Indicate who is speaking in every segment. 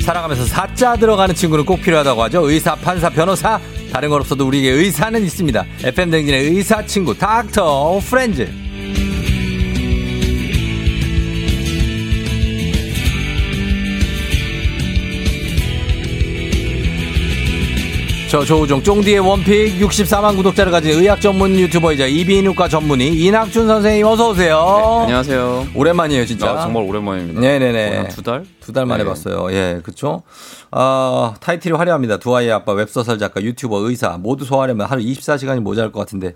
Speaker 1: 살아가면서 사자 들어가는 친구는 꼭 필요하다고 하죠. 의사, 판사, 변호사. 다른 건 없어도 우리에게 의사는 있습니다. FM 댕진의 의사 친구 닥터 프렌즈. 저 조우종 쫑디의 원픽 64만 구독자를 가진 의학 전문 유튜버이자 이비인후과 전문의 이낙준 선생님 어서 오세요.
Speaker 2: 네, 안녕하세요.
Speaker 1: 오랜만이에요 진짜.
Speaker 2: 아, 정말 오랜만입니다.
Speaker 1: 네네네.
Speaker 2: 거의 한두 달?
Speaker 1: 두 달 만에
Speaker 2: 네.
Speaker 1: 봤어요. 예, 그렇죠. 아, 타이틀이 화려합니다. 두 아이의 아빠, 웹소설 작가, 유튜버, 의사 모두 소화하려면 하루 24시간이 모자랄 것 같은데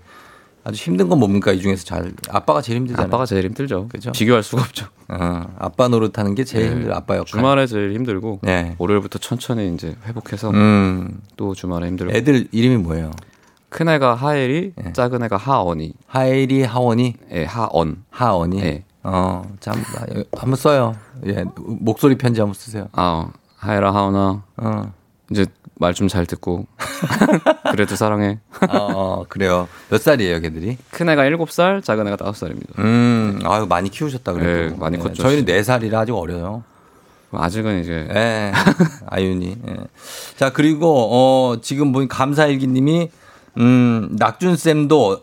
Speaker 1: 아주 힘든 건 뭡니까 이 중에서 잘 아빠가 제일 힘들잖아요.
Speaker 2: 아빠가 제일 힘들죠. 비교할 수가 없죠.
Speaker 1: 어, 아빠 노릇하는 게 제일
Speaker 2: 네.
Speaker 1: 힘들 아빠 역할.
Speaker 2: 주말에 제일 힘들고
Speaker 1: 네.
Speaker 2: 월요일부터 천천히 이제 회복해서
Speaker 1: 음,
Speaker 2: 또 주말에 힘들고
Speaker 1: 애들 이름이 뭐예요?
Speaker 2: 큰 애가 하엘이,
Speaker 1: 예.
Speaker 2: 작은 애가 하언이,
Speaker 1: 하일이, 하원이,
Speaker 2: 예, 하언.
Speaker 1: 하원이.
Speaker 2: 네.
Speaker 1: 어, 참 한번 써요. 예, 목소리 편지 한번 쓰세요.
Speaker 2: 아, 하엘아 하언아,
Speaker 1: 어,
Speaker 2: 이제 말 좀 잘 듣고 그래도 사랑해.
Speaker 1: 어, 그래요. 몇 살이에요, 걔들이?
Speaker 2: 큰 애가 7살, 작은 애가 5살입니다.
Speaker 1: 음, 아유 많이 키우셨다 그래도.
Speaker 2: 네, 많이 컸죠.
Speaker 1: 저희는 네 살이라 아직 어려요.
Speaker 2: 아직은 이제
Speaker 1: 예. 아윤이. 예. 자, 그리고, 어, 지금 보니 감사일기님이, 음, 낙준쌤도,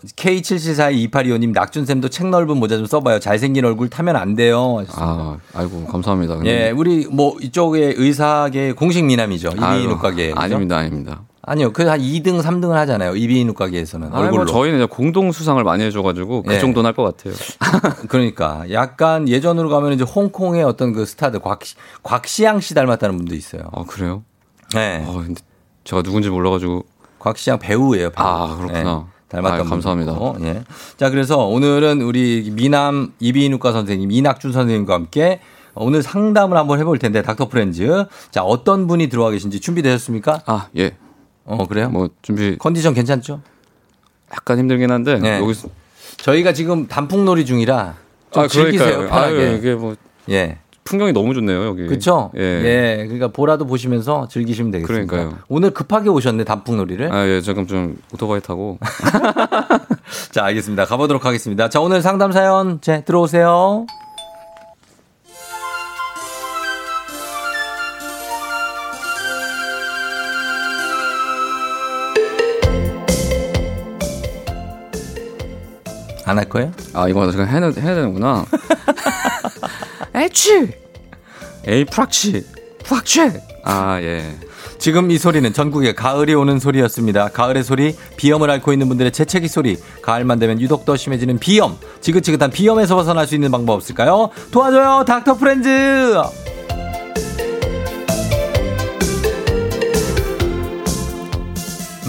Speaker 1: K77422825님, 낙준쌤도 책 넓은 모자 좀 써봐요. 잘생긴 얼굴 타면 안 돼요. 하셨습니다.
Speaker 2: 아, 네. 아이고 감사합니다.
Speaker 1: 예, 우리 뭐, 이쪽에 의사계 공식 미남이죠.
Speaker 2: 아이고,
Speaker 1: 이비인후과계.
Speaker 2: 아닙니다, 아닙니다.
Speaker 1: 아니요. 그 한 2등, 3등을 하잖아요. 이비인후과계에서는.
Speaker 2: 아니,
Speaker 1: 얼굴로.
Speaker 2: 뭐 저희는 이제 공동 수상을 많이 해줘가지고 그
Speaker 1: 예.
Speaker 2: 정도는 할 것 같아요.
Speaker 1: 그러니까. 약간 예전으로 가면 이제 홍콩의 어떤 그 스타들, 곽시, 곽시양 씨 닮았다는 분도 있어요.
Speaker 2: 아 그래요?
Speaker 1: 예.
Speaker 2: 어, 근데 제가 누군지 몰라가지고
Speaker 1: 곽시양 배우예요. 배우.
Speaker 2: 아, 그렇구나.
Speaker 1: 닮았던
Speaker 2: 아유,
Speaker 1: 분.
Speaker 2: 감사합니다.
Speaker 1: 어, 예. 자 그래서 오늘은 우리 미남 이비인후과 선생님 이낙준 선생님과 함께 오늘 상담을 한번 해볼 텐데 닥터 프렌즈 자 어떤 분이 들어와 계신지 준비되셨습니까?
Speaker 2: 아 예,
Speaker 1: 어 그래요?
Speaker 2: 뭐 준비
Speaker 1: 컨디션 괜찮죠?
Speaker 2: 약간 힘들긴 한데
Speaker 1: 네.
Speaker 2: 여기서
Speaker 1: 저희가 지금 단풍놀이 중이라 좀 즐기세요
Speaker 2: 아, 그러니까요.
Speaker 1: 편하게.
Speaker 2: 아유, 이게 뭐
Speaker 1: 예.
Speaker 2: 풍경이 너무 좋네요 여기.
Speaker 1: 그렇죠?
Speaker 2: 예.
Speaker 1: 그러니까 보라도 보시면서 즐기시면 되겠습니다.
Speaker 2: 그러니까요.
Speaker 1: 오늘 급하게 오셨네 단풍놀이를.
Speaker 2: 아 예, 잠깐 좀 오토바이 타고
Speaker 1: 자, 알겠습니다. 가보도록 하겠습니다. 자, 오늘 상담 사연 제 들어오세요. 안 할 거예요?
Speaker 2: 아 이거 잠깐 해야, 해야 되는구나. 에취 에이 프락치 프락치 아 예.
Speaker 1: 지금 이 소리는 전국에 가을이 오는 소리였습니다. 가을의 소리, 비염을 앓고 있는 분들의 재채기 소리, 가을만 되면 유독 더 심해지는 비염, 지긋지긋한 비염에서 벗어날 수 있는 방법 없을까요? 도와줘요, 닥터 프렌즈!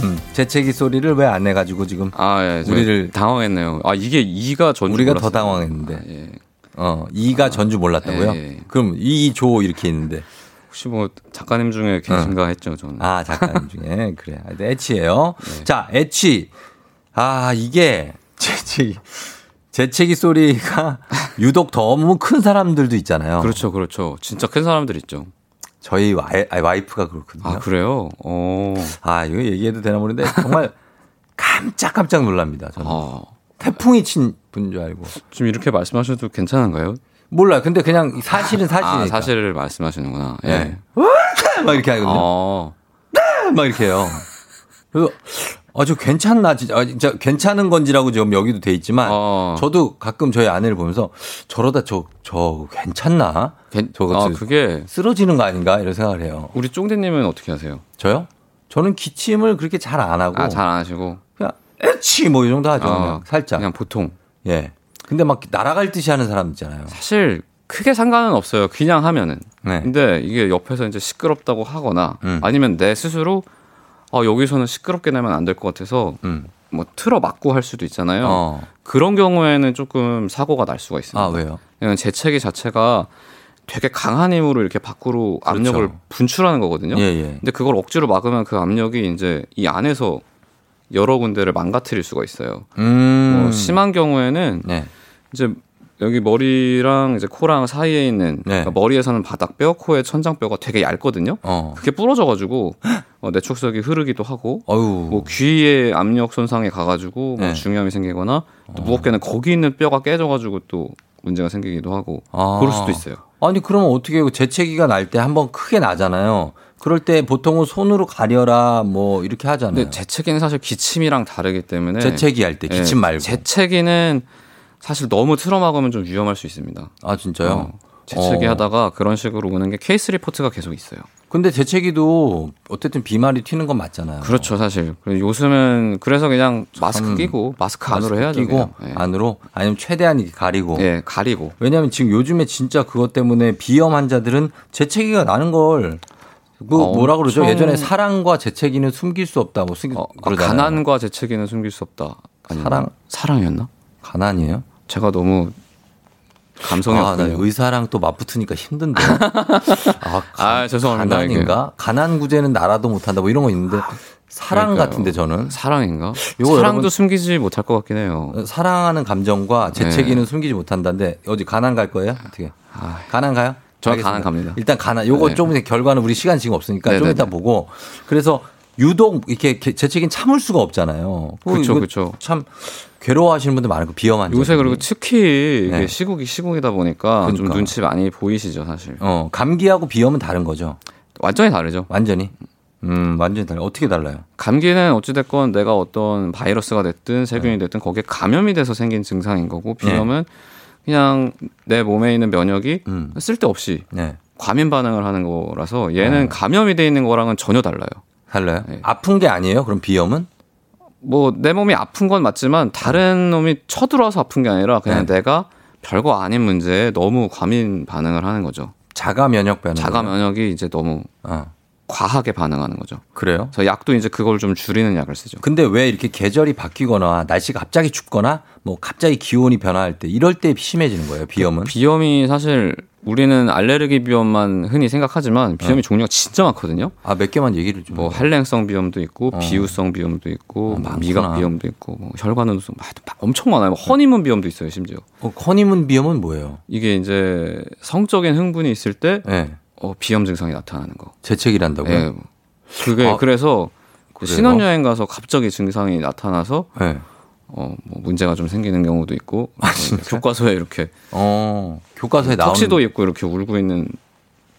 Speaker 1: 음, 재채기 소리를 왜 안 해가지고 지금
Speaker 2: 아 예. 제가
Speaker 1: 우리를-
Speaker 2: 당황했네요. 아 이게 이가 전
Speaker 1: 우리가 더 당황했는데,
Speaker 2: 예.
Speaker 1: 어, 이가 전주 몰랐다고요?
Speaker 2: 예, 예.
Speaker 1: 그럼 이, 조 이렇게 있는데,
Speaker 2: 혹시 뭐 작가님 중에 계신가 했죠 저는.
Speaker 1: 아, 작가님 중에. 그래. 하여튼 애치예요. 자, 애치. 아, 이게 재채기. 재채기 소리가 유독 너무 큰 사람들도 있잖아요.
Speaker 2: 그렇죠, 그렇죠. 진짜 큰 사람들 있죠.
Speaker 1: 저희 와이, 아니, 와이프가 그렇거든요.
Speaker 2: 아 그래요? 어.
Speaker 1: 아, 이거 얘기해도 되나 모르는데 정말 깜짝깜짝 놀랍니다. 저는.
Speaker 2: 아,
Speaker 1: 태풍이 친 분 줄 알고.
Speaker 2: 지금 이렇게 말씀하셔도 괜찮은가요?
Speaker 1: 몰라. 근데 그냥 사실은 사실이니까.
Speaker 2: 아, 사실을 말씀하시는구나. 예.
Speaker 1: 네. 막 이렇게 하거든요.
Speaker 2: 어.
Speaker 1: 막 이렇게 해요. 그래서 아저 괜찮나 진짜, 아, 진짜 괜찮은 건지라고 지금 여기도 돼 있지만
Speaker 2: 어.
Speaker 1: 아, 저도 가끔 저희 아내를 보면서 저러다 저 저 괜찮나
Speaker 2: 괜-
Speaker 1: 저거
Speaker 2: 아,
Speaker 1: 저-
Speaker 2: 그게
Speaker 1: 쓰러지는 거 아닌가 이런 생각을 해요.
Speaker 2: 우리 쫑대님은 어떻게 하세요?
Speaker 1: 저요? 저는 기침을 그렇게 잘 안 하고
Speaker 2: 아, 잘 안 하시고.
Speaker 1: 그냥 에치 뭐 이 정도 하죠
Speaker 2: 어, 네.
Speaker 1: 그냥 살짝
Speaker 2: 그냥 보통.
Speaker 1: 예. 근데 막 날아갈 듯이 하는 사람 있잖아요.
Speaker 2: 사실 크게 상관은 없어요. 그냥 하면은.
Speaker 1: 네.
Speaker 2: 근데 이게 옆에서 이제 시끄럽다고 하거나
Speaker 1: 음.
Speaker 2: 아니면 내 스스로 아, 여기서는 시끄럽게 내면 안 될 것 같아서
Speaker 1: 음.
Speaker 2: 뭐 틀어 막고 할 수도 있잖아요.
Speaker 1: 어.
Speaker 2: 그런 경우에는 조금 사고가 날 수가 있습니다.
Speaker 1: 아 왜요?
Speaker 2: 왜냐면 재채기 자체가 되게 강한 힘으로 이렇게 밖으로 압력을 분출하는 거거든요.
Speaker 1: 그렇죠. 예예.
Speaker 2: 근데 그걸 억지로 막으면 그 압력이 이제 이 안에서 여러 군데를 망가뜨릴 수가 있어요.
Speaker 1: 음.
Speaker 2: 뭐 심한 경우에는
Speaker 1: 네.
Speaker 2: 이제 여기 머리랑 이제 코랑 사이에 있는
Speaker 1: 네.
Speaker 2: 그러니까 머리에서는 바닥뼈, 코에 천장뼈가 되게 얇거든요.
Speaker 1: 어.
Speaker 2: 그게 부러져가지고 어, 내촉석이 흐르기도 하고
Speaker 1: 어유.
Speaker 2: 뭐 귀에 압력 손상이 가가지고 뭐
Speaker 1: 네. 어.
Speaker 2: 중염이 생기거나 또 무겁게는 거기 있는 뼈가 깨져가지고 또 문제가 생기기도 하고
Speaker 1: 아.
Speaker 2: 그럴 수도 있어요.
Speaker 1: 아니 그러면 어떻게 해요? 재채기가 날 때 한번 크게 나잖아요. 그럴 때 보통은 손으로 가려라 뭐 이렇게 하잖아요.
Speaker 2: 근데 재채기는 사실 기침이랑 다르기 때문에
Speaker 1: 재채기 할 때
Speaker 2: 예,
Speaker 1: 기침 말고.
Speaker 2: 재채기는 사실 너무 틀어막으면 좀 위험할 수 있습니다.
Speaker 1: 아 진짜요?
Speaker 2: 어, 재채기
Speaker 1: 어.
Speaker 2: 하다가 그런 식으로 오는 게 케이스 리포트가 계속 있어요.
Speaker 1: 근데 재채기도 어쨌든 비말이 튀는 건 맞잖아요.
Speaker 2: 그렇죠, 사실. 그리고 요즘은 그래서 그냥 마스크 끼고 마스크 안으로 해야죠.
Speaker 1: 끼고
Speaker 2: 그냥. 예.
Speaker 1: 안으로 아니면 최대한 이렇게 가리고.
Speaker 2: 예, 가리고.
Speaker 1: 왜냐하면 지금 요즘에 진짜 그것 때문에 비염 환자들은 재채기가 나는 걸. 그
Speaker 2: 어,
Speaker 1: 뭐라 그러죠?
Speaker 2: 엄청-
Speaker 1: 예전에 사랑과 재채기는 숨길 수 없다고 숨기
Speaker 2: 어,
Speaker 1: 그러잖아요.
Speaker 2: 가난과 재채기는 숨길 수 없다. 아니면
Speaker 1: 사랑?
Speaker 2: 사랑이었나?
Speaker 1: 가난이에요?
Speaker 2: 제가 너무 감성이
Speaker 1: 아, 나
Speaker 2: 없군요.
Speaker 1: 의사랑 또 맞붙으니까 힘든데. 아,
Speaker 2: 아, 죄송합니다.
Speaker 1: 가난인가? 가난 구제는 나라도 못한다. 뭐 이런 거 있는데 사랑
Speaker 2: 그러니까요.
Speaker 1: 같은데 저는
Speaker 2: 사랑인가?
Speaker 1: 요거
Speaker 2: 사랑도
Speaker 1: 여러분-
Speaker 2: 숨기지 못할 것 같긴 해요.
Speaker 1: 사랑하는 감정과 재채기는 숨기지 못한다는데 어디 가난 갈 거예요? 어떻게?
Speaker 2: 네. 아,
Speaker 1: 가난 가요?
Speaker 2: 저는
Speaker 1: 알겠습니다.
Speaker 2: 가난 갑니다.
Speaker 1: 일단 가난. 요거
Speaker 2: 네.
Speaker 1: 좀 이제 결과는 우리 시간 지금 없으니까 좀
Speaker 2: 네네네.
Speaker 1: 이따 보고. 그래서 유독 이렇게 개- 재채기는 참을 수가 없잖아요.
Speaker 2: 그쵸,
Speaker 1: 뭐 이거
Speaker 2: 그쵸.
Speaker 1: 참 괴로워하시는 분들 많고 비염한.
Speaker 2: 요새 그리고 특히 이게
Speaker 1: 네.
Speaker 2: 시국이 시국이다 보니까 좀
Speaker 1: 그러니까.
Speaker 2: 눈치 많이 보이시죠, 사실.
Speaker 1: 어 감기하고 비염은 다른 거죠.
Speaker 2: 완전히 다르죠.
Speaker 1: 완전히. 음 완전히 달라. 요 어떻게 달라요?
Speaker 2: 감기는 어찌됐건 내가 어떤 바이러스가 됐든
Speaker 1: 네.
Speaker 2: 세균이 됐든 거기에 감염이 돼서 생긴 증상인 거고 비염은 그냥 내 몸에 있는 면역이
Speaker 1: 음.
Speaker 2: 쓸데없이
Speaker 1: 네.
Speaker 2: 과민 반응을 하는 거라서 얘는 감염이 돼 있는 거랑은 전혀 달라요.
Speaker 1: 달라요?
Speaker 2: 네.
Speaker 1: 아픈 게 아니에요? 그럼 비염은?
Speaker 2: 뭐 내 몸이 아픈 건 맞지만 다른
Speaker 1: 네.
Speaker 2: 놈이 쳐들어와서 아픈 게 아니라 그냥 내가 별거 아닌 문제에 너무 과민 반응을 하는 거죠.
Speaker 1: 자가 면역 변화.
Speaker 2: 자가 면역이 이제 너무
Speaker 1: 아,
Speaker 2: 과하게 반응하는 거죠.
Speaker 1: 그래요?
Speaker 2: 그래서 약도 이제 그걸 좀 줄이는 약을 쓰죠.
Speaker 1: 근데 왜 이렇게 계절이 바뀌거나 날씨가 갑자기 춥거나 뭐 갑자기 기온이 변화할 때 이럴 때 심해지는 거예요, 비염은?
Speaker 2: 비염이 사실 우리는 알레르기 비염만 흔히
Speaker 1: 어.
Speaker 2: 생각하지만 비염이 종류가 진짜 많거든요.
Speaker 1: 아, 몇 개만 얘기를 좀.
Speaker 2: 뭐 한랭성 비염도 있고
Speaker 1: 어.
Speaker 2: 비우성 비염도
Speaker 1: 어,
Speaker 2: 있고 뭐
Speaker 1: 많구나.
Speaker 2: 미각 비염도 있고 뭐 혈관운성 하여튼 막 엄청 많아요. 뭐 허니문 비염도 있어요, 심지어.
Speaker 1: 어, 허니문 비염은 뭐예요?
Speaker 2: 이게 이제 성적인 흥분이 있을 때
Speaker 1: 예.
Speaker 2: 어, 비염 증상이 나타나는 거.
Speaker 1: 재채기란다고요?
Speaker 2: 예. 그게
Speaker 1: 네, 아,
Speaker 2: 그래서
Speaker 1: 그래요?
Speaker 2: 신혼여행 가서 갑자기 증상이 나타나서
Speaker 1: 예.
Speaker 2: 어, 뭐 문제가 좀 생기는 경우도 있고
Speaker 1: 아,
Speaker 2: 어, 교과서에 이렇게
Speaker 1: 어, 교과서에 나오는
Speaker 2: 턱시도 입고 이렇게 울고 있는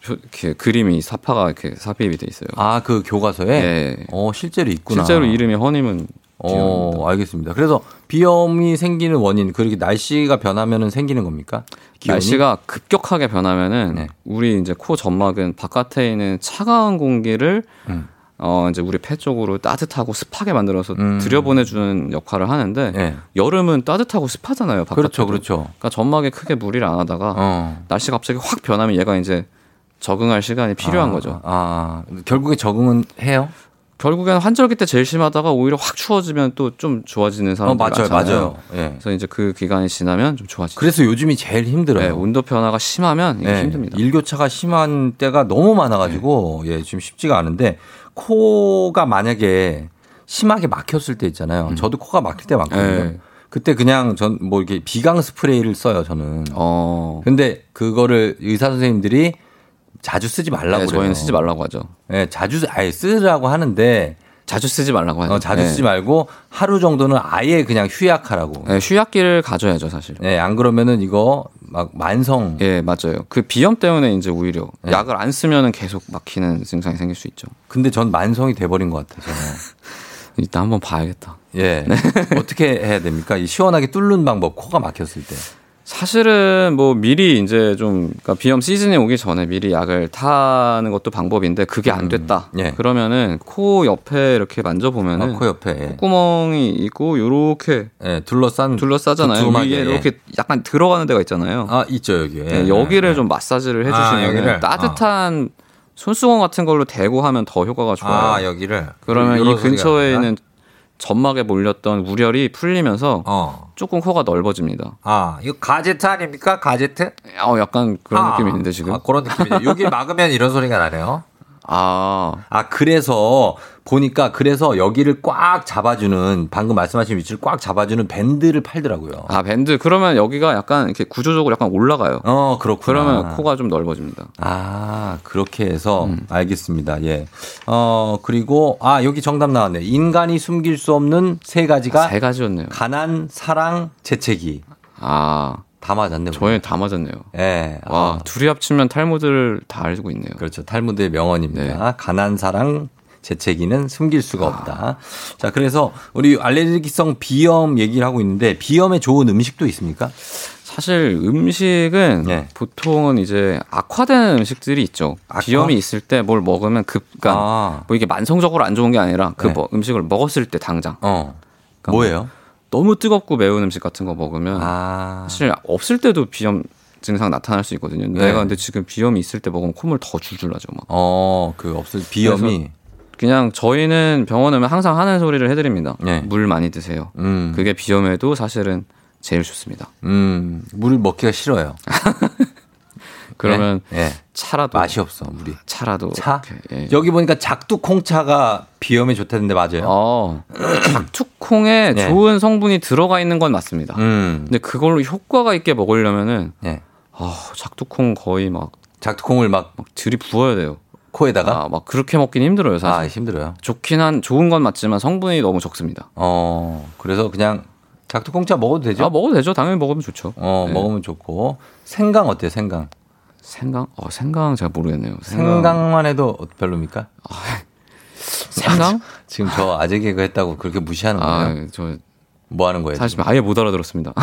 Speaker 2: 표- 이렇게 그림이 사파가 이렇게 삽입이 돼 있어요.
Speaker 1: 아, 그 교과서에
Speaker 2: 예.
Speaker 1: 어, 실제로 있구나.
Speaker 2: 실제로 이름이 허니문 비염입니다.
Speaker 1: 어, 알겠습니다. 그래서 비염이 생기는 원인, 그렇게 날씨가 변하면은 생기는 겁니까? 기온이?
Speaker 2: 날씨가 급격하게 변하면은
Speaker 1: 네.
Speaker 2: 우리 이제 코 점막은 바깥에 있는 차가운 공기를
Speaker 1: 음.
Speaker 2: 어 이제 우리 폐 쪽으로 따뜻하고 습하게 만들어서
Speaker 1: 음.
Speaker 2: 들여보내주는 역할을 하는데
Speaker 1: 예.
Speaker 2: 여름은 따뜻하고 습하잖아요. 바깥에.
Speaker 1: 그렇죠, 그렇죠.
Speaker 2: 네. 그러니까 점막에 크게 무리를 안 하다가
Speaker 1: 어.
Speaker 2: 날씨가 갑자기 확 변하면 얘가 이제 적응할 시간이 필요한
Speaker 1: 아,
Speaker 2: 거죠.
Speaker 1: 아, 결국에 적응은 해요?
Speaker 2: 결국엔 환절기 때 제일 심하다가 오히려 확 추워지면 또 좀 좋아지는
Speaker 1: 어,
Speaker 2: 사람들
Speaker 1: 맞아요,
Speaker 2: 많잖아요.
Speaker 1: 맞아요. 예.
Speaker 2: 그래서 이제 그 기간이 지나면 좀 좋아지죠.
Speaker 1: 그래서 요즘이 제일
Speaker 2: 네,
Speaker 1: 힘들어요.
Speaker 2: 온도 변화가 심하면 이게
Speaker 1: 예,
Speaker 2: 힘듭니다. 네.
Speaker 1: 일교차가 심한 때가 너무 많아가지고 예, 지금 쉽지가 않은데 코가 만약에 심하게 막혔을 때
Speaker 2: 음.
Speaker 1: 있잖아요. 저도 코가 막힐 때 많거든요.
Speaker 2: 예.
Speaker 1: 그때 그냥 전 뭐 이렇게 비강 스프레이를 써요, 저는.
Speaker 2: 어,
Speaker 1: 근데 그거를 의사 선생님들이 자주 쓰지 말라고
Speaker 2: 네,
Speaker 1: 그래요.
Speaker 2: 저희는 쓰지 말라고 하죠.
Speaker 1: 예, 자주 아예 쓰라고 하는데
Speaker 2: 자주 쓰지 말라고 하죠.
Speaker 1: 어, 자주
Speaker 2: 네.
Speaker 1: 쓰지 말고 하루 정도는 아예 그냥 휴약하라고.
Speaker 2: 네, 휴약기를 가져야죠, 사실.
Speaker 1: 예, 안 그러면은 이거 막 만성
Speaker 2: 예, 맞아요. 그 비염 때문에 이제 오히려
Speaker 1: 네.
Speaker 2: 약을 안 쓰면은 계속 막히는 증상이 생길 수 있죠.
Speaker 1: 근데 전 만성이 돼버린 것 같아요.
Speaker 2: 일단 한번 봐야겠다.
Speaker 1: 예.
Speaker 2: 네.
Speaker 1: 어떻게 해야 됩니까? 이 시원하게 뚫는 방법, 코가 막혔을 때.
Speaker 2: 사실은 뭐 미리 이제 좀 그러니까 비염 시즌이 오기 전에 미리 약을 타는 것도 방법인데 그게 안 됐다.
Speaker 1: 예.
Speaker 2: 그러면은 코 옆에 이렇게 만져보면은
Speaker 1: 아, 코 옆에. 예.
Speaker 2: 콧구멍이 있고 요렇게
Speaker 1: 예, 둘러싼.
Speaker 2: 네. 둘러싸잖아요.
Speaker 1: 두툼하게,
Speaker 2: 위에
Speaker 1: 예.
Speaker 2: 이렇게 약간 들어가는 데가 있잖아요.
Speaker 1: 아, 있죠, 여기. 예.
Speaker 2: 예, 여기를 좀 마사지를
Speaker 1: 아,
Speaker 2: 해주시면
Speaker 1: 여기를?
Speaker 2: 은 따뜻한 손수건 같은 걸로 대고 하면 더 효과가 좋아요.
Speaker 1: 아, 여기를.
Speaker 2: 그러면
Speaker 1: 요런
Speaker 2: 이
Speaker 1: 소리가
Speaker 2: 근처에
Speaker 1: 나나?
Speaker 2: 있는 점막에 몰렸던 우렬이 풀리면서
Speaker 1: 어.
Speaker 2: 조금 코가 넓어집니다.
Speaker 1: 아, 이거 가제트 아닙니까? 가제트?
Speaker 2: 어, 약간 그런
Speaker 1: 아,
Speaker 2: 느낌이 있는데 지금.
Speaker 1: 아, 그런 느낌이죠. 여기 막으면 이런 소리가 나네요.
Speaker 2: 아,
Speaker 1: 아, 그래서 보니까 그래서 여기를 꽉 잡아주는 방금 말씀하신 위치를 꽉 잡아주는 밴드를 팔더라고요.
Speaker 2: 아 밴드 그러면 여기가 약간 이렇게 구조적으로 약간 올라가요.
Speaker 1: 어, 그렇구나.
Speaker 2: 그러면 코가 좀 넓어집니다.
Speaker 1: 아, 그렇게 해서 알겠습니다. 예. 어, 그리고 아, 여기 정답 나왔네. 인간이
Speaker 2: 아,
Speaker 1: 숨길 수 없는 세 가지가
Speaker 2: 세 가지였네요.
Speaker 1: 가난, 사랑, 재채기.
Speaker 2: 아
Speaker 1: 다 맞았네.
Speaker 2: 저에 다 맞았네요.
Speaker 1: 예. 네.
Speaker 2: 와, 둘이 합치면 탈모드를 다 알고 있네요.
Speaker 1: 그렇죠. 탈무드의 명언입니다. 가난 사랑 재채기는 숨길 수가 없다. 자, 그래서 우리 알레르기성 비염 얘기를 하고 있는데 비염에 좋은 음식도 있습니까?
Speaker 2: 사실 음식은
Speaker 1: 네.
Speaker 2: 보통은 이제 악화되는 음식들이 있죠.
Speaker 1: 악화?
Speaker 2: 비염이 있을 때 뭘 먹으면 급, 그러
Speaker 1: 아,
Speaker 2: 뭐 이게 만성적으로 안 좋은 게 아니라 그
Speaker 1: 네.
Speaker 2: 뭐 음식을 먹었을 때 당장
Speaker 1: 어. 뭐예요?
Speaker 2: 너무 뜨겁고 매운 음식 같은 거 먹으면
Speaker 1: 아,
Speaker 2: 사실 없을 때도 비염 증상 나타날 수 있거든요.
Speaker 1: 네.
Speaker 2: 내가 근데 지금 비염이 있을 때 먹으면 콧물 더 줄줄 나죠. 막
Speaker 1: 어, 그 없을 비염이,
Speaker 2: 그냥 저희는 병원 오면 항상 하는 소리를 해드립니다.
Speaker 1: 네.
Speaker 2: 물 많이 드세요.
Speaker 1: 음,
Speaker 2: 그게 비염에도 사실은 제일 좋습니다.
Speaker 1: 음, 물을 먹기가 싫어요.
Speaker 2: 그러면
Speaker 1: 예, 예.
Speaker 2: 차라도
Speaker 1: 맛이 없어 물이.
Speaker 2: 차라도
Speaker 1: 차?
Speaker 2: 이렇게, 예.
Speaker 1: 여기 보니까 작두콩차가 비염에 좋다는데 맞아요?
Speaker 2: 어, 작두콩에
Speaker 1: 네.
Speaker 2: 좋은 성분이 들어가 있는 건 맞습니다.
Speaker 1: 음,
Speaker 2: 근데 그걸로 효과가 있게 먹으려면은
Speaker 1: 예.
Speaker 2: 아, 작두콩 거의 막,
Speaker 1: 작두콩을 막
Speaker 2: 막 들이부어야 돼요.
Speaker 1: 코에다가
Speaker 2: 아, 막 그렇게 먹긴 힘들어요, 사실.
Speaker 1: 아 힘들어요.
Speaker 2: 좋긴 한 좋은 건 맞지만 성분이 너무 적습니다.
Speaker 1: 어, 그래서 그냥 작두콩차 먹어도 되죠?
Speaker 2: 아, 먹어도 되죠. 당연히 먹으면 좋죠.
Speaker 1: 어,
Speaker 2: 네.
Speaker 1: 먹으면 좋고. 생강 어때요, 생강?
Speaker 2: 생강? 어, 생강 제가 모르겠네요.
Speaker 1: 생강. 만 해도 어- 별로입니까?
Speaker 2: 생강?
Speaker 1: 지금 저 아재 개그 했다고 그렇게 무시하는 거예요?
Speaker 2: 아, 저
Speaker 1: 뭐 하는 거예요?
Speaker 2: 사실 아예 못 알아들었습니다.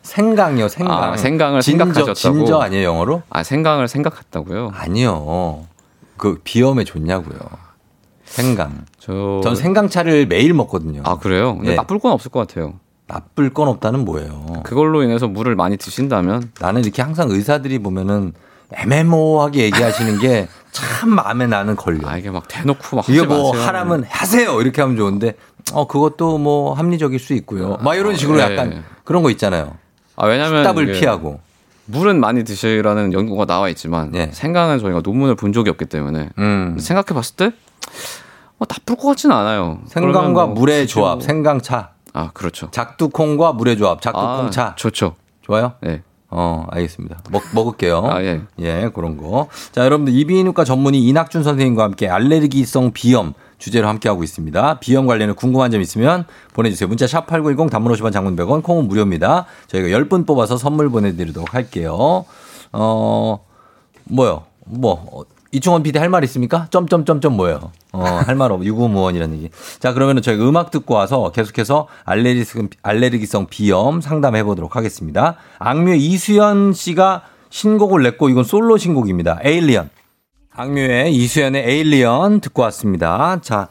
Speaker 1: 생강이요, 생강.
Speaker 2: 아, 생강을
Speaker 1: 진저,
Speaker 2: 생각하셨다고?
Speaker 1: 진저 아니에요, 영어로?
Speaker 2: 아, 생강을 생각했다고요?
Speaker 1: 아니요. 그 비염에 좋냐고요. 생강.
Speaker 2: 저
Speaker 1: 전 생강차를 매일 먹거든요.
Speaker 2: 어. 아, 그래요? 근데
Speaker 1: 예.
Speaker 2: 나쁠 건 없을 것 같아요.
Speaker 1: 나쁠 건 없다는 뭐예요?
Speaker 2: 그걸로 인해서 물을 많이 드신다면
Speaker 1: 나는 이렇게 항상 의사들이 보면은 애매모호하게 얘기하시는 게 참 마음에 나는 걸려.
Speaker 2: 아, 이게 막 대놓고 막
Speaker 1: 네. 이게
Speaker 2: 하지
Speaker 1: 뭐
Speaker 2: 마세요. 네.
Speaker 1: 하라면 하세요 이렇게 하면 좋은데 어 그것도 뭐 합리적일 수 있고요. 막 이런 식으로
Speaker 2: 예.
Speaker 1: 약간 그런 거 있잖아요.
Speaker 2: 아, 왜냐면
Speaker 1: 답을
Speaker 2: 이게
Speaker 1: 피하고.
Speaker 2: 물은 많이 드시라는 연구가 나와 있지만
Speaker 1: 예.
Speaker 2: 생강은 저희가 논문을 본 적이 없기 때문에
Speaker 1: 음.
Speaker 2: 생각해 봤을 때 어, 나쁠 것 같지는 않아요.
Speaker 1: 생강과
Speaker 2: 그러면 뭐
Speaker 1: 물의
Speaker 2: 굳이
Speaker 1: 조합,
Speaker 2: 뭐-
Speaker 1: 생강차,
Speaker 2: 아 그렇죠.
Speaker 1: 작두콩과 물의 조합,
Speaker 2: 아,
Speaker 1: 작두콩차
Speaker 2: 좋죠.
Speaker 1: 좋아요.
Speaker 2: 네.
Speaker 1: 어 알겠습니다. 먹 먹을게요.
Speaker 2: 아 예.
Speaker 1: 예, 그런 거. 자, 여러분들 이비인후과 전문의 이낙준 선생님과 함께 알레르기성 비염 주제로 함께하고 있습니다. 비염 관련해 궁금한 점 있으면 보내주세요. 문자 샵 8910 단문 50원 장문 100원 콩은 무료입니다. 저희가 10분 뽑아서 선물 보내드리도록 할게요. 어, 뭐요? 뭐. 어, 이충원 PD 할 말 있습니까? 점점점점 뭐예요? 어, 할 말 없, 유구무원이라는 얘기. 자, 그러면은 저희 음악 듣고 와서 계속해서 알레르기성, 알레르기성 비염 상담해 보도록 하겠습니다. 악뮤 이수연 씨가 신곡을 냈고 이건 솔로 신곡입니다. 에일리언. 악뮤의 이수연의 에일리언 듣고 왔습니다. 자,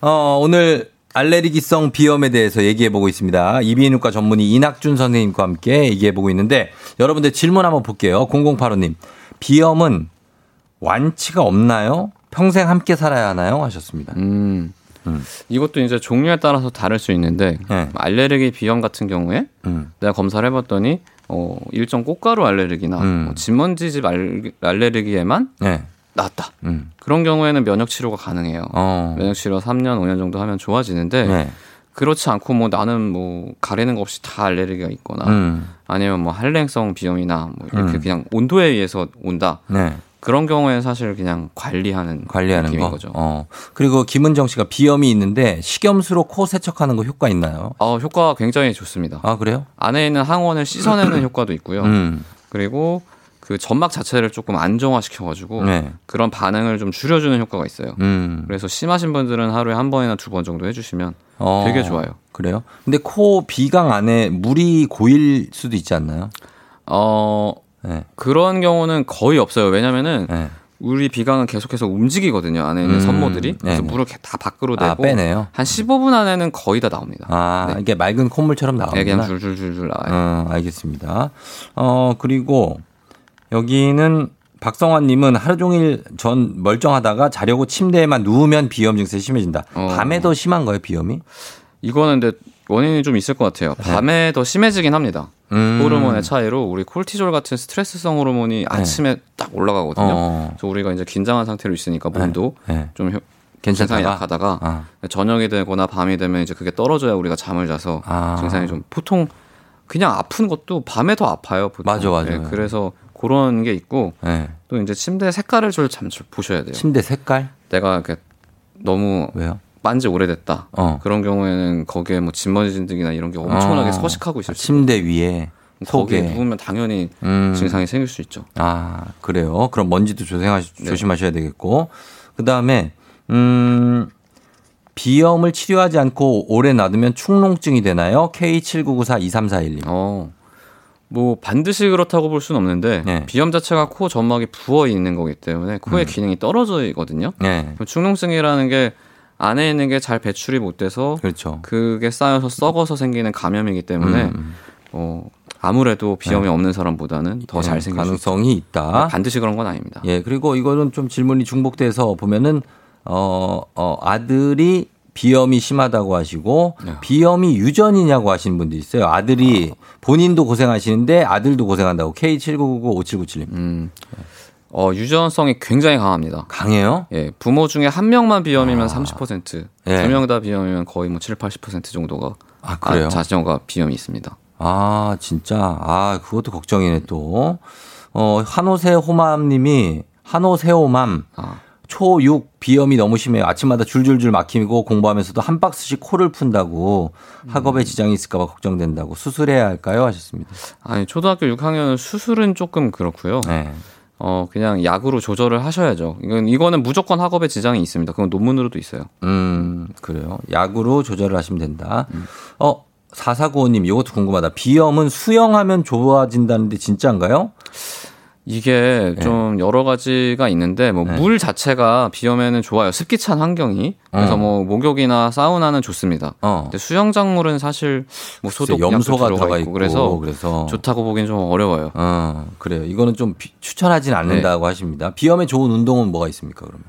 Speaker 1: 어, 오늘 알레르기성 비염에 대해서 얘기해 보고 있습니다. 이비인후과 전문의 이낙준 선생님과 함께 얘기해 보고 있는데 여러분들 질문 한번 볼게요. 0085님. 비염은 완치가 없나요? 평생 함께 살아야 하나요? 하셨습니다.
Speaker 2: 음. 이것도 이제 종류에 따라서 다를 수 있는데
Speaker 1: 예.
Speaker 2: 알레르기 비염 같은 경우에
Speaker 1: 음.
Speaker 2: 내가 검사를 해봤더니 어, 일정 꽃가루 알레르기나
Speaker 1: 음.
Speaker 2: 뭐 진먼지집 알, 알레르기에만
Speaker 1: 네.
Speaker 2: 나왔다.
Speaker 1: 음.
Speaker 2: 그런 경우에는 면역 치료가 가능해요.
Speaker 1: 어.
Speaker 2: 면역 치료 3년 5년 정도 하면 좋아지는데
Speaker 1: 네.
Speaker 2: 그렇지 않고 뭐 나는 뭐 가리는 거 없이 다 알레르기가 있거나
Speaker 1: 음.
Speaker 2: 아니면 뭐 한랭성 비염이나 뭐 이렇게
Speaker 1: 음.
Speaker 2: 그냥 온도에 의해서 온다
Speaker 1: 네.
Speaker 2: 그런 경우에는 사실 그냥 관리하는
Speaker 1: 관리하는
Speaker 2: 느낌인
Speaker 1: 거.
Speaker 2: 거죠.
Speaker 1: 어. 그리고 김은정 씨가 비염이 있는데 식염수로 코 세척하는 거 효과 있나요?
Speaker 2: 어, 효과가 굉장히 좋습니다.
Speaker 1: 아, 그래요?
Speaker 2: 안에 있는 항원을 씻어내는 효과도 있고요.
Speaker 1: 음.
Speaker 2: 그리고 그 점막 자체를 조금 안정화시켜가지고
Speaker 1: 네.
Speaker 2: 그런 반응을 좀 줄여주는 효과가 있어요.
Speaker 1: 음.
Speaker 2: 그래서 심하신 분들은 하루에 한 번이나 두 번 정도 해주시면
Speaker 1: 어.
Speaker 2: 되게 좋아요.
Speaker 1: 그래요? 근데 코 비강 안에 물이 고일 수도 있지 않나요?
Speaker 2: 어,
Speaker 1: 네.
Speaker 2: 그런 경우는 거의 없어요. 왜냐면은
Speaker 1: 네.
Speaker 2: 우리 비강은 계속해서 움직이거든요. 안에 있는
Speaker 1: 음,
Speaker 2: 섬모들이. 그래서
Speaker 1: 네네.
Speaker 2: 물을 이렇게 다 밖으로 내고
Speaker 1: 아, 빼네요.
Speaker 2: 한 15분 안에는 거의 다 나옵니다.
Speaker 1: 아, 이게 맑은 콧물처럼
Speaker 2: 네, 그냥
Speaker 1: 나오구나.
Speaker 2: 줄줄줄줄 나와요.
Speaker 1: 어, 알겠습니다. 어, 그리고 여기는 박성환님은 하루 종일 전 멀쩡하다가 자려고 침대에만 누우면 비염 증세 심해진다.
Speaker 2: 어.
Speaker 1: 밤에 더 심한 거예요, 비염이?
Speaker 2: 이거는 근데 원인이 좀 있을 것 같아요.
Speaker 1: 네.
Speaker 2: 밤에 더 심해지긴 합니다.
Speaker 1: 음. 네.
Speaker 2: 호르몬의 차이로 우리 콜티졸 같은 스트레스성 호르몬이 아침에 딱 올라가거든요.
Speaker 1: 어.
Speaker 2: 그래서 우리가 이제 긴장한 상태로 있으니까 몸도
Speaker 1: 네.
Speaker 2: 좀 효- 증상이
Speaker 1: 괜찮다가.
Speaker 2: 약하다가
Speaker 1: 아,
Speaker 2: 저녁이 되거나 밤이 되면 이제 그게 떨어져야 우리가 잠을 자서
Speaker 1: 아.
Speaker 2: 증상이 좀 보통 그냥 아픈 것도 밤에 더 아파요. 보통.
Speaker 1: 맞아, 맞아.
Speaker 2: 예, 그래서 그런 게 있고
Speaker 1: 네.
Speaker 2: 또 이제 침대 색깔을 좀참 보셔야 돼요.
Speaker 1: 침대 색깔?
Speaker 2: 내가 이렇게 너무
Speaker 1: 왜요?
Speaker 2: 빤지 오래됐다.
Speaker 1: 어.
Speaker 2: 그런 경우에는 거기에 뭐 진머지 진드기나 이런 게 엄청나게
Speaker 1: 어.
Speaker 2: 서식하고 있을 수
Speaker 1: 침대 위에.
Speaker 2: 거기에
Speaker 1: 속에.
Speaker 2: 누우면 당연히
Speaker 1: 음.
Speaker 2: 증상이 생길 수 있죠.
Speaker 1: 아, 그래요. 그럼 먼지도 조생하시, 조심하셔야 되겠고. 그 다음에, 음, 비염을 치료하지 않고 오래 놔두면 축농증이 되나요? K79942341님.
Speaker 2: 어. 뭐 반드시 그렇다고 볼 수는 없는데
Speaker 1: 네. 음.
Speaker 2: 비염 자체가 코 점막이 부어 있는 거기 때문에 코의 기능이 떨어지거든요.
Speaker 1: 네.
Speaker 2: 그럼 축농증이라는 게 안에 있는 게 잘 배출이 못 돼서
Speaker 1: 그렇죠.
Speaker 2: 그게 쌓여서 썩어서 생기는 감염이기 때문에
Speaker 1: 음,
Speaker 2: 어, 아무래도 비염이 없는 사람보다는 더 잘 생길 수
Speaker 1: 네. 가능성이
Speaker 2: 있다.
Speaker 1: 있다.
Speaker 2: 반드시 그런 건 아닙니다.
Speaker 1: 예, 그리고 이거는 좀 질문이 중복돼서 보면은 어, 어 아들이 비염이 심하다고 하시고 비염이 유전이냐고 하시는 분도 있어요. 아들이 본인도 고생하시는데 아들도 고생한다고 K79995797님.
Speaker 2: 음, 어, 유전성이 굉장히 강합니다.
Speaker 1: 강해요?
Speaker 2: 예, 부모 중에 한 명만 비염이면 30%,
Speaker 1: 아. 예.
Speaker 2: 두 명 다 비염이면 거의 뭐 7, 80% 정도가
Speaker 1: 아, 그래요?
Speaker 2: 자녀가 비염이 있습니다.
Speaker 1: 아, 진짜. 아, 그것도 걱정이네 또. 어, 한호세 호맘 님이 한호세 호맘
Speaker 2: 아,
Speaker 1: 초6 비염이 너무 심해요. 아침마다 줄줄줄 막히고 공부하면서도 한 박스씩 코를 푼다고 학업에 지장이 있을까봐 걱정된다고 수술해야 할까요? 하셨습니다.
Speaker 2: 아니 초등학교 6학년은 수술은 조금 그렇고요.
Speaker 1: 네.
Speaker 2: 어, 그냥 약으로 조절을 하셔야죠. 이건 이거는 무조건 학업에 지장이 있습니다. 그건 논문으로도 있어요.
Speaker 1: 음, 그래요. 약으로 조절을 하시면 된다. 어, 4495님, 이것도 궁금하다. 비염은 수영하면 좋아진다는데 진짜인가요?
Speaker 2: 이게
Speaker 1: 네.
Speaker 2: 좀 여러 가지가 있는데 뭐 물 자체가 비염에는 좋아요. 습기 찬 환경이. 그래서 뭐 목욕이나 사우나는 좋습니다.
Speaker 1: 음. 어.
Speaker 2: 근데 수영장물은 사실 뭐 소독
Speaker 1: 염소가 들어가 있고, 어.
Speaker 2: 그래서
Speaker 1: 그래서
Speaker 2: 좋다고 보기엔 좀 어려워요.
Speaker 1: 어, 그래요. 이거는 좀 비- 추천하진 않는다고
Speaker 2: 네.
Speaker 1: 하십니다. 비염에 좋은 운동은 뭐가 있습니까, 그러면?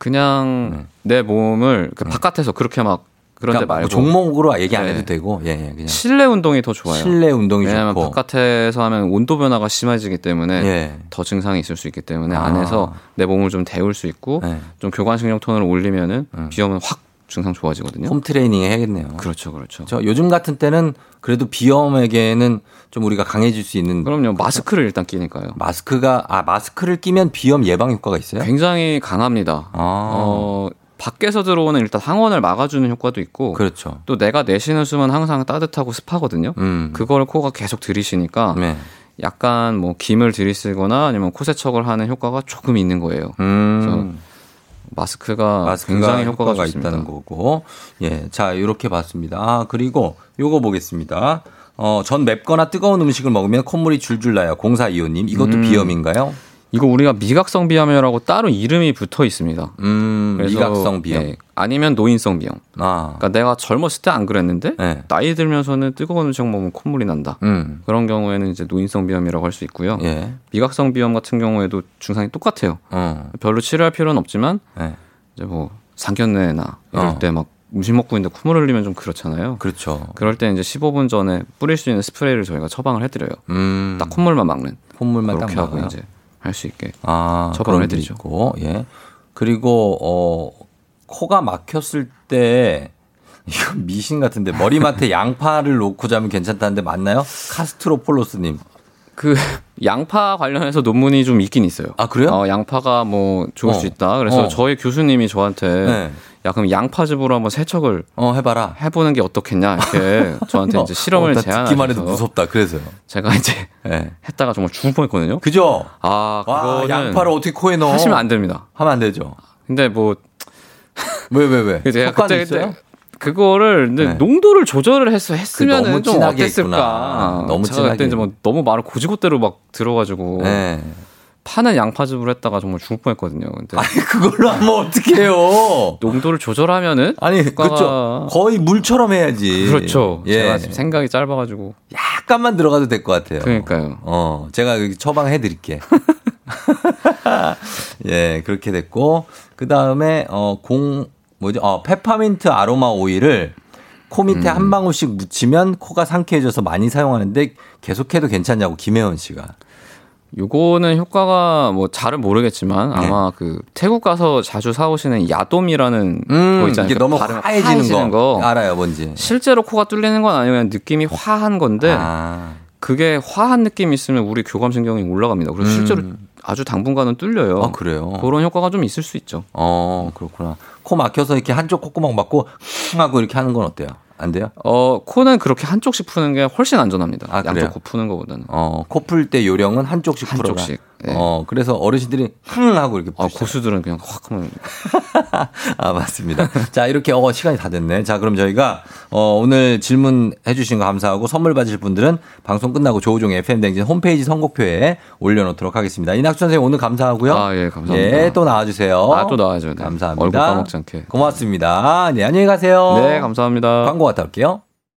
Speaker 2: 그냥 내 몸을 그 바깥에서 그렇게 막 그런 데
Speaker 1: 네. 음. 그러니까 뭐
Speaker 2: 말고
Speaker 1: 종목으로 얘기 안
Speaker 2: 네.
Speaker 1: 해도 되고, 예, 예, 그냥.
Speaker 2: 실내 운동이 더 네, 좋아요.
Speaker 1: 실내 운동이
Speaker 2: 왜냐하면 그 네.
Speaker 1: 좋고.
Speaker 2: 바깥에서 하면 온도 변화가 심해지기 때문에
Speaker 1: 예.
Speaker 2: 더 증상이 있을 수 있기 때문에
Speaker 1: 아.
Speaker 2: 안에서 내 몸을 좀 데울 수 있고
Speaker 1: 네.
Speaker 2: 좀 교관신경 톤을 올리면은 비염은 확 증상 좋아지거든요.
Speaker 1: 홈 트레이닝 해야겠네요.
Speaker 2: 그렇죠, 그렇죠.
Speaker 1: 저 요즘 같은 때는 그래도 비염에게는 좀 우리가 강해질 수 있는
Speaker 2: 그럼요. 마스크를 일단 끼니까요.
Speaker 1: 마스크가 아 마스크를 끼면 비염 예방 효과가 있어요?
Speaker 2: 그 굉장히 강합니다.
Speaker 1: 네? 아.
Speaker 2: 어, 밖에서 들어오는 일단 항원을 막아주는 효과도 있고
Speaker 1: 그렇죠.
Speaker 2: 또 내가 내쉬는 숨은 항상 따뜻하고 습하거든요.
Speaker 1: 음.
Speaker 2: 그걸 코가 계속 들이쉬니까
Speaker 1: 네.
Speaker 2: 약간 뭐 김을 들이쓰거나 아니면 코세척을 하는 효과가 조금 있는 거예요.
Speaker 1: 음.
Speaker 2: 마스크가,
Speaker 1: 마스크가
Speaker 2: 어, 굉장히 효과가, 좋습니다.
Speaker 1: 있다는 거고. 예. 자, 이렇게 봤습니다. 아, 그리고 요거 보겠습니다. 어, 전 맵거나 뜨거운 음식을 먹으면 콧물이 줄줄 나요. 공사 이호 님.
Speaker 2: 음.
Speaker 1: 이것도 비염인가요?
Speaker 2: 이거 우리가 미각성 비염이라고 따로 이름이 붙어 있습니다.
Speaker 1: 음.
Speaker 2: 그래서,
Speaker 1: 미각성 비염.
Speaker 2: 예, 아니면 노인성 비염.
Speaker 1: 아.
Speaker 2: 그러니까 내가 젊었을 때 안 그랬는데
Speaker 1: 예.
Speaker 2: 나이 들면서는 뜨거운 음식 먹으면 콧물이 난다.
Speaker 1: 음.
Speaker 2: 그런 경우에는 이제 노인성 비염이라고 할 수 있고요.
Speaker 1: 예.
Speaker 2: 미각성 비염 같은 경우에도 증상이 똑같아요.
Speaker 1: 어.
Speaker 2: 별로 치료할 필요는 없지만
Speaker 1: 예.
Speaker 2: 이제 뭐 상견례나 이럴
Speaker 1: 어.
Speaker 2: 때 막 음식 먹고 있는데 콧물 흘리면 좀 그렇잖아요.
Speaker 1: 그렇죠.
Speaker 2: 그럴 때 이제 15분 전에 뿌릴 수 있는 스프레이를 저희가 처방을 해드려요.
Speaker 1: 음.
Speaker 2: 딱 콧물만 막는
Speaker 1: 콧물만 딱
Speaker 2: 그렇게 하고
Speaker 1: 나가요.
Speaker 2: 이제 할 수 있게.
Speaker 1: 아,
Speaker 2: 처방을
Speaker 1: 그런 게
Speaker 2: 해드리죠.
Speaker 1: 있고, 예. 그리고 어 코가 막혔을 때 이거 미신 같은데 머리맡에 양파를 놓고 자면 괜찮다는데 맞나요? 카스트로폴로스님.
Speaker 2: 그 양파 관련해서 논문이 좀 있긴 있어요.
Speaker 1: 아, 그래요?
Speaker 2: 어, 양파가 뭐 좋을
Speaker 1: 어.
Speaker 2: 수 있다. 그래서
Speaker 1: 어.
Speaker 2: 저희 교수님이 저한테
Speaker 1: 네.
Speaker 2: 야 그럼 양파즙으로 한번 세척을
Speaker 1: 어 해봐라.
Speaker 2: 해보는 게 어떻겠냐 이렇게 저한테 이제
Speaker 1: 어,
Speaker 2: 실험을
Speaker 1: 나 듣기만 해도
Speaker 2: 제안해서
Speaker 1: 무섭다. 그래서요.
Speaker 2: 제가 이제
Speaker 1: 예.
Speaker 2: 했다가 정말 죽을 뻔했거든요.
Speaker 1: 그죠?
Speaker 2: 아
Speaker 1: 와
Speaker 2: 그거는
Speaker 1: 양파를 어떻게 코에 넣어?
Speaker 2: 하시면 안 됩니다.
Speaker 1: 하면 안 되죠.
Speaker 2: 근데 뭐
Speaker 1: 왜 왜 왜?
Speaker 2: 그 제가
Speaker 1: 효과는
Speaker 2: 그때
Speaker 1: 있어요?
Speaker 2: 그때 그거를 근데
Speaker 1: 네. 그
Speaker 2: 농도를 조절을 해서 했으면
Speaker 1: 너무
Speaker 2: 은좀
Speaker 1: 진하게
Speaker 2: 어땠을까.
Speaker 1: 했구나. 너무
Speaker 2: 제가
Speaker 1: 진하게.
Speaker 2: 그때 이제 뭐 너무 말을 고지고대로 막 들어가지고
Speaker 1: 예.
Speaker 2: 파는 양파즙을 했다가 정말 죽을 뻔했거든요. 근데
Speaker 1: 아니 그걸로 하면 어떡해요?
Speaker 2: 농도를 조절하면은
Speaker 1: 아니
Speaker 2: 효과가-
Speaker 1: 그렇죠. 거의 물처럼 해야지.
Speaker 2: 그렇죠.
Speaker 1: 예. 어.
Speaker 2: 제가 지금 생각이 짧아가지고
Speaker 1: 약간만 들어가도 될 것 같아요.
Speaker 2: 그러니까요.
Speaker 1: 어, 제가 여기 처방해 드릴게. 예, 그렇게 됐고, 그 다음에, 어, 공, 뭐지, 어, 페퍼민트 아로마 오일을 코 밑에 한 방울씩 묻히면 코가 상쾌해져서 많이 사용하는데 계속해도 괜찮냐고 김혜원 씨가.
Speaker 2: 요거는 효과가 뭐 잘은 모르겠지만
Speaker 1: 네.
Speaker 2: 아마 그 태국 가서 자주 사오시는 야돔이라는 거
Speaker 1: 음,
Speaker 2: 있잖아요.
Speaker 1: 이게 너무
Speaker 2: 바르면
Speaker 1: 화해지는 거, 알아요, 뭔지.
Speaker 2: 실제로 코가 뚫리는 건 아니고 그냥 느낌이 화한 건데
Speaker 1: 아,
Speaker 2: 그게 화한 느낌이 있으면 우리 교감신경이 올라갑니다. 그래서 실제로 아주 당분간은 뚫려요.
Speaker 1: 음. 아, 그래요?
Speaker 2: 그런 효과가 좀 있을 수 있죠.
Speaker 1: 어, 그렇구나. 코 막혀서 이렇게 한쪽 콧구멍 막고 흥 하고 이렇게 하는 건 어때요? 안 돼요?
Speaker 2: 어, 코는 그렇게 한쪽씩 푸는 게 훨씬 안전합니다.
Speaker 1: 아, 그래요?
Speaker 2: 양쪽 코 푸는 것보다는.
Speaker 1: 어, 코풀 때 요령은 한쪽씩 풀어라.
Speaker 2: 한쪽씩, 예.
Speaker 1: 어, 그래서 어르신들이 흥 하고 이렇게
Speaker 2: 아,
Speaker 1: 푸시죠.
Speaker 2: 고수들은 그냥 확 하면
Speaker 1: 아, 맞습니다. 자, 이렇게 어, 시간이 다 됐네. 자, 그럼 저희가 어, 오늘 질문해 주신 거 감사하고 선물 받으실 분들은 방송 끝나고 조우종 FM 댕진 홈페이지 선곡표에 올려 놓도록 하겠습니다. 이낙주 선생님 오늘 감사하고요.
Speaker 2: 아, 예, 감사합니다.
Speaker 1: 예, 또 나와 주세요.
Speaker 2: 아, 또 나와야죠. 네.
Speaker 1: 감사합니다.
Speaker 2: 얼굴 까먹지 않게.
Speaker 1: 고맙습니다. 네, 안녕히 가세요.
Speaker 2: 네, 감사합니다.
Speaker 1: 광고 갔다 올게요.